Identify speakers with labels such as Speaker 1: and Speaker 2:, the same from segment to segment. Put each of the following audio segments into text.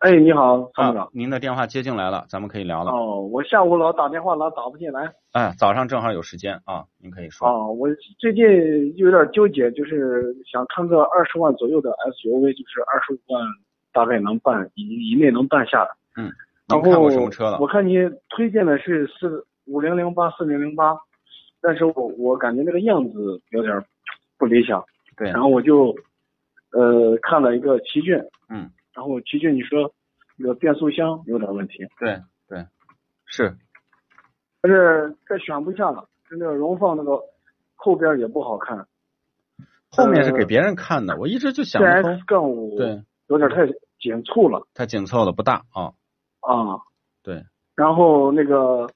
Speaker 1: 哎，你好，参谋
Speaker 2: 啊
Speaker 1: 长。
Speaker 2: 您的电话接进来了，咱们可以聊了。
Speaker 1: 哦，我下午老打电话老打不进来。
Speaker 2: 哎，早上正好有时间啊，您可以说。
Speaker 1: 哦，我最近有点纠结，就是想看个二十万左右的 SUV，就是二十五万大概能办以以内能办下的。
Speaker 2: 您
Speaker 1: 然
Speaker 2: 看
Speaker 1: 后
Speaker 2: 过什么车了
Speaker 1: 我？看你推荐的是四五零零八四零零八，但是我我感觉那个样子有点不理想，
Speaker 2: 对
Speaker 1: 然，后我就呃看了一个奇骏，
Speaker 2: 嗯，
Speaker 1: 然后奇骏你说那个变速箱有点问题，
Speaker 2: 对对，是，
Speaker 1: 但是这选不下了，就那个荣放那个后边也不好看，
Speaker 2: 后面是
Speaker 1: 呃
Speaker 2: 给别人看的，我一直就想不通
Speaker 1: TX 杠五
Speaker 2: 对，
Speaker 1: 有点太紧促了
Speaker 2: 它紧凑的不大啊。
Speaker 1: 啊。
Speaker 2: 对，
Speaker 1: 然后那个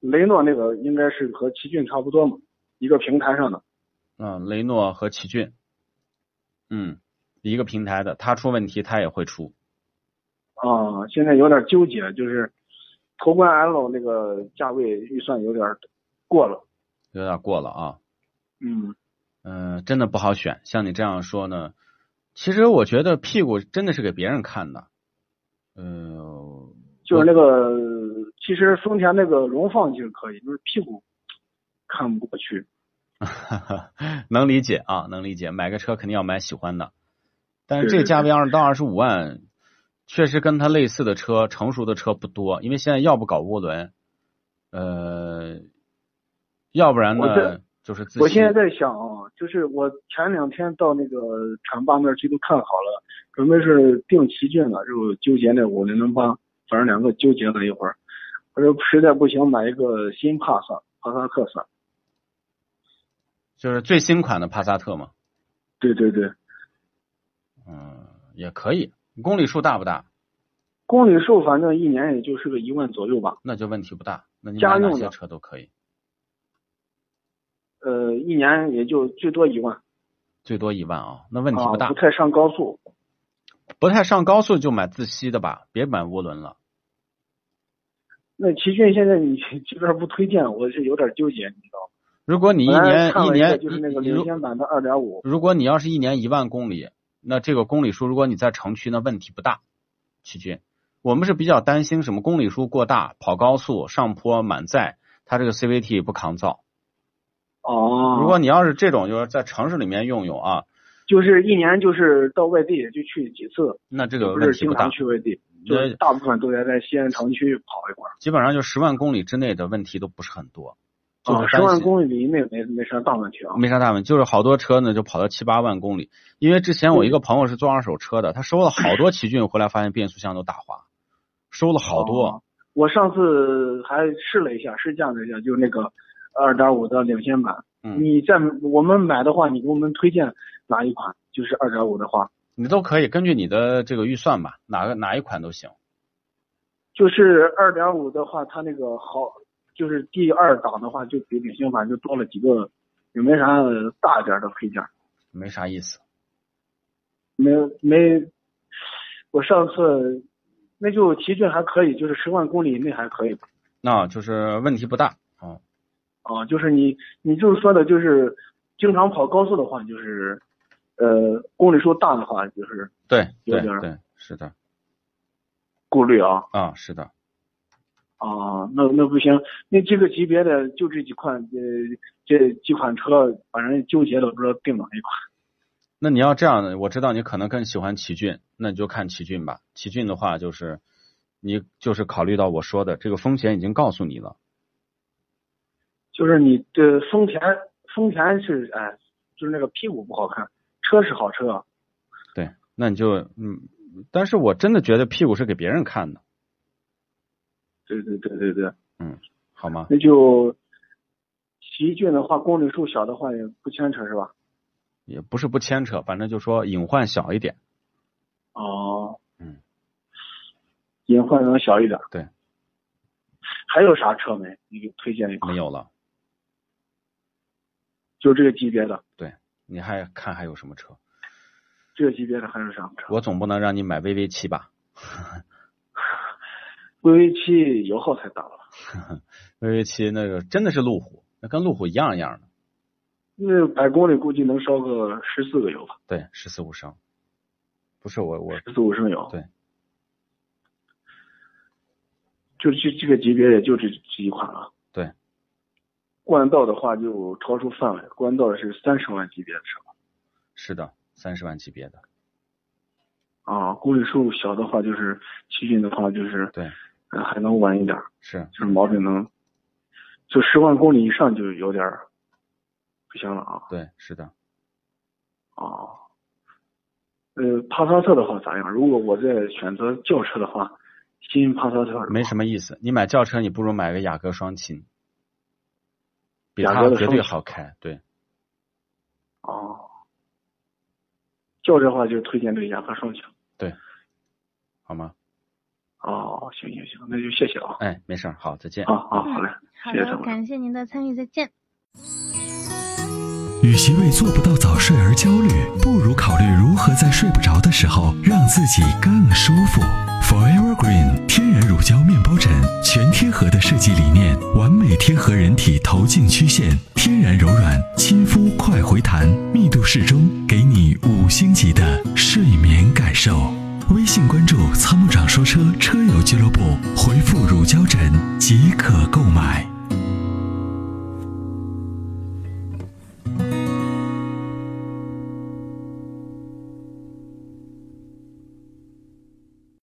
Speaker 1: 雷诺那个应该是和奇骏差不多嘛，一个平台上的。
Speaker 2: 嗯，雷诺和奇骏，嗯，一个平台的，它出问题它也会出。
Speaker 1: 啊，现在有点纠结，就是途观 L 那个价位预算有点过了。
Speaker 2: 有点过了啊，
Speaker 1: 嗯，
Speaker 2: 嗯、真的不好选。像你这样说呢，其实我觉得屁股真的是给别人看的，嗯、
Speaker 1: 就是那个，其实丰田那个荣放就可以，就是屁股看不过去。
Speaker 2: 哈哈， 能理解啊，能理解。买个车肯定要买喜欢的，但是
Speaker 1: 对
Speaker 2: 这
Speaker 1: 对
Speaker 2: 价
Speaker 1: 对
Speaker 2: 位二到二十五万，确实跟它类似的车，成熟的车不多，因为现在要不搞涡轮，呃，要不然
Speaker 1: 我
Speaker 2: 呢
Speaker 1: 这
Speaker 2: 就是自
Speaker 1: 我
Speaker 2: 吸
Speaker 1: 现在在想啊，就是我前两天到那个浐灞那儿去都看好了，准备是定奇骏了，就纠结那五零零八，反正两个纠结了一会儿，我说实在不行买一个新帕萨帕萨克算。
Speaker 2: 就是最新款的帕萨特嘛，
Speaker 1: 对对对，
Speaker 2: 嗯，也可以。公里数大不大？
Speaker 1: 公里数反正一年也就是个一万左右吧，
Speaker 2: 那就问题不大。那你
Speaker 1: 家
Speaker 2: 买哪
Speaker 1: 用
Speaker 2: 些
Speaker 1: 的
Speaker 2: 车都可以，
Speaker 1: 呃，一年也就最多一万，
Speaker 2: 最多一万啊，那问题
Speaker 1: 啊，
Speaker 2: 不大。
Speaker 1: 不太上高速。
Speaker 2: 不太上高速就买自吸的吧，别买涡轮了。
Speaker 1: 那奇骏现在你 这边不推荐，我是有点纠结，你知道吗？
Speaker 2: 如果你一
Speaker 1: 本来
Speaker 2: 年
Speaker 1: 看了
Speaker 2: 年
Speaker 1: 个就是那个
Speaker 2: 一一如
Speaker 1: 领先版的二点五，
Speaker 2: 如果你要是一年一万公里，那这个公里数如果你在城区，那问题不大。奇骏，我们是比较担心什么公里数过大，跑高速、上坡、满载，它这个 CVT 不抗造。
Speaker 1: 哦，
Speaker 2: 如果你要是这种就是在城市里面用用啊，
Speaker 1: 就是一年就是到外地也就去几次，
Speaker 2: 那这
Speaker 1: 这
Speaker 2: 个
Speaker 1: 不
Speaker 2: 问
Speaker 1: 是
Speaker 2: 题
Speaker 1: 经
Speaker 2: 不大
Speaker 1: 常，去外地，就
Speaker 2: 那
Speaker 1: 是大部分都在在西安城区跑一会儿。
Speaker 2: 基本上就十万公里之内的问题都不是很多，就
Speaker 1: 啊，
Speaker 2: 是
Speaker 1: 十
Speaker 2: 担
Speaker 1: 万
Speaker 2: 心。嗯
Speaker 1: 公里以内没没啥大问题啊。
Speaker 2: 没啥大问题，就是好多车呢就跑到七八万公里，因为之
Speaker 1: 嗯
Speaker 2: 前我一个朋友是做二手车的，他收了好多奇骏回来，发现变速箱都打滑，收了好多。
Speaker 1: 哦我上次还试了一下，试驾了一下，就那个二点五的领先版。
Speaker 2: 嗯
Speaker 1: 你在我们买的话，你给我们推荐哪一款？就是二点五的话，
Speaker 2: 你都可以根据你的这个预算吧，哪个哪一款都行。
Speaker 1: 就是二点五的话，它那个好，就是第二档的话，就比领先版就多了几个，也没啥大点儿的配件。
Speaker 2: 没啥意思，
Speaker 1: 没没，我上次那就奇骏还可以，就是十万公里以内还可以吧。
Speaker 2: 那就是问题不大啊。
Speaker 1: 啊，就是你你就是说的，就是经常跑高速的话，就是呃公里数大的话，就是
Speaker 2: 对
Speaker 1: 有
Speaker 2: 对
Speaker 1: 点儿
Speaker 2: 对，是的
Speaker 1: 顾虑啊
Speaker 2: 啊，是的。
Speaker 1: 啊，那那不行，那这个级别的就这几款呃这几款车，反正纠结了，不知道定哪一款。
Speaker 2: 那你要这样的，我知道你可能更喜欢奇骏，那你就看奇骏吧。奇骏的话就是你就是考虑到我说的这个丰田已经告诉你了，
Speaker 1: 就是你的丰田，丰田是哎，就是那个屁股不好看，车是好车啊，
Speaker 2: 对，那你就嗯，但是我真的觉得屁股是给别人看的，
Speaker 1: 对对对对对，
Speaker 2: 嗯，好吗？
Speaker 1: 那就奇骏的话，公里数小的话也不牵扯是吧？
Speaker 2: 也不是不牵扯，反正就说隐患小一点。
Speaker 1: 哦，
Speaker 2: 嗯，
Speaker 1: 隐患能小一点。
Speaker 2: 对。
Speaker 1: 还有啥车没？你给推荐一款？
Speaker 2: 没，有了，
Speaker 1: 就这个级别的，
Speaker 2: 你还看还有什么车？
Speaker 1: 这个级别的还有啥车
Speaker 2: 我总不能让你买 VV 七吧
Speaker 1: ？VV 七油耗太大了，
Speaker 2: ？VV 七那个真的是路虎，那跟路虎一样一样的。
Speaker 1: 那百公里估计能烧个十四个油吧，
Speaker 2: 对，十四五升，不是我我
Speaker 1: 十四五升油。
Speaker 2: 对。
Speaker 1: 就这这个级别也就这这一款了。
Speaker 2: 对。
Speaker 1: 冠道的话就超出范围，冠道是三十万级别的车。
Speaker 2: 是的，三十万级别的，
Speaker 1: 啊，公里数小的话就是奇骏的话就是
Speaker 2: 对，
Speaker 1: 呃还能稳一点儿，
Speaker 2: 是
Speaker 1: 就是毛病能，就十万公里以上就有点儿不行了啊
Speaker 2: 对，是的，
Speaker 1: 啊。呃，帕萨特的话咋样？如果我在选择轿车的话，新帕萨特
Speaker 2: 没什么意思。你买轿车，你不如买个雅阁双擎，比
Speaker 1: 雅
Speaker 2: 它
Speaker 1: 阁的
Speaker 2: 绝
Speaker 1: 双
Speaker 2: 对
Speaker 1: 擎
Speaker 2: 好开。对，
Speaker 1: 么啊。轿车的话就推荐这个雅阁双擎。
Speaker 2: 好吗？
Speaker 1: 哦，行行行，那就谢谢啊。
Speaker 2: 哎，没事儿，好，再见。
Speaker 1: 啊啊，好嘞，
Speaker 3: 好
Speaker 1: 谢谢陈
Speaker 3: 的，
Speaker 1: 老师
Speaker 3: 感谢您的参与，再见。
Speaker 4: 与其为做不到早睡而焦虑，不如考虑如何在睡不着的时候让自己更舒服。Forever Green 天然乳胶面包枕，全贴合的设计理念，完美贴合人体头颈曲线，天然柔软，亲肤快回弹，密度适中，给你五星级的睡眠感受。微信关注“参谋长说车”车友俱乐部，回复“乳胶枕”即可购买。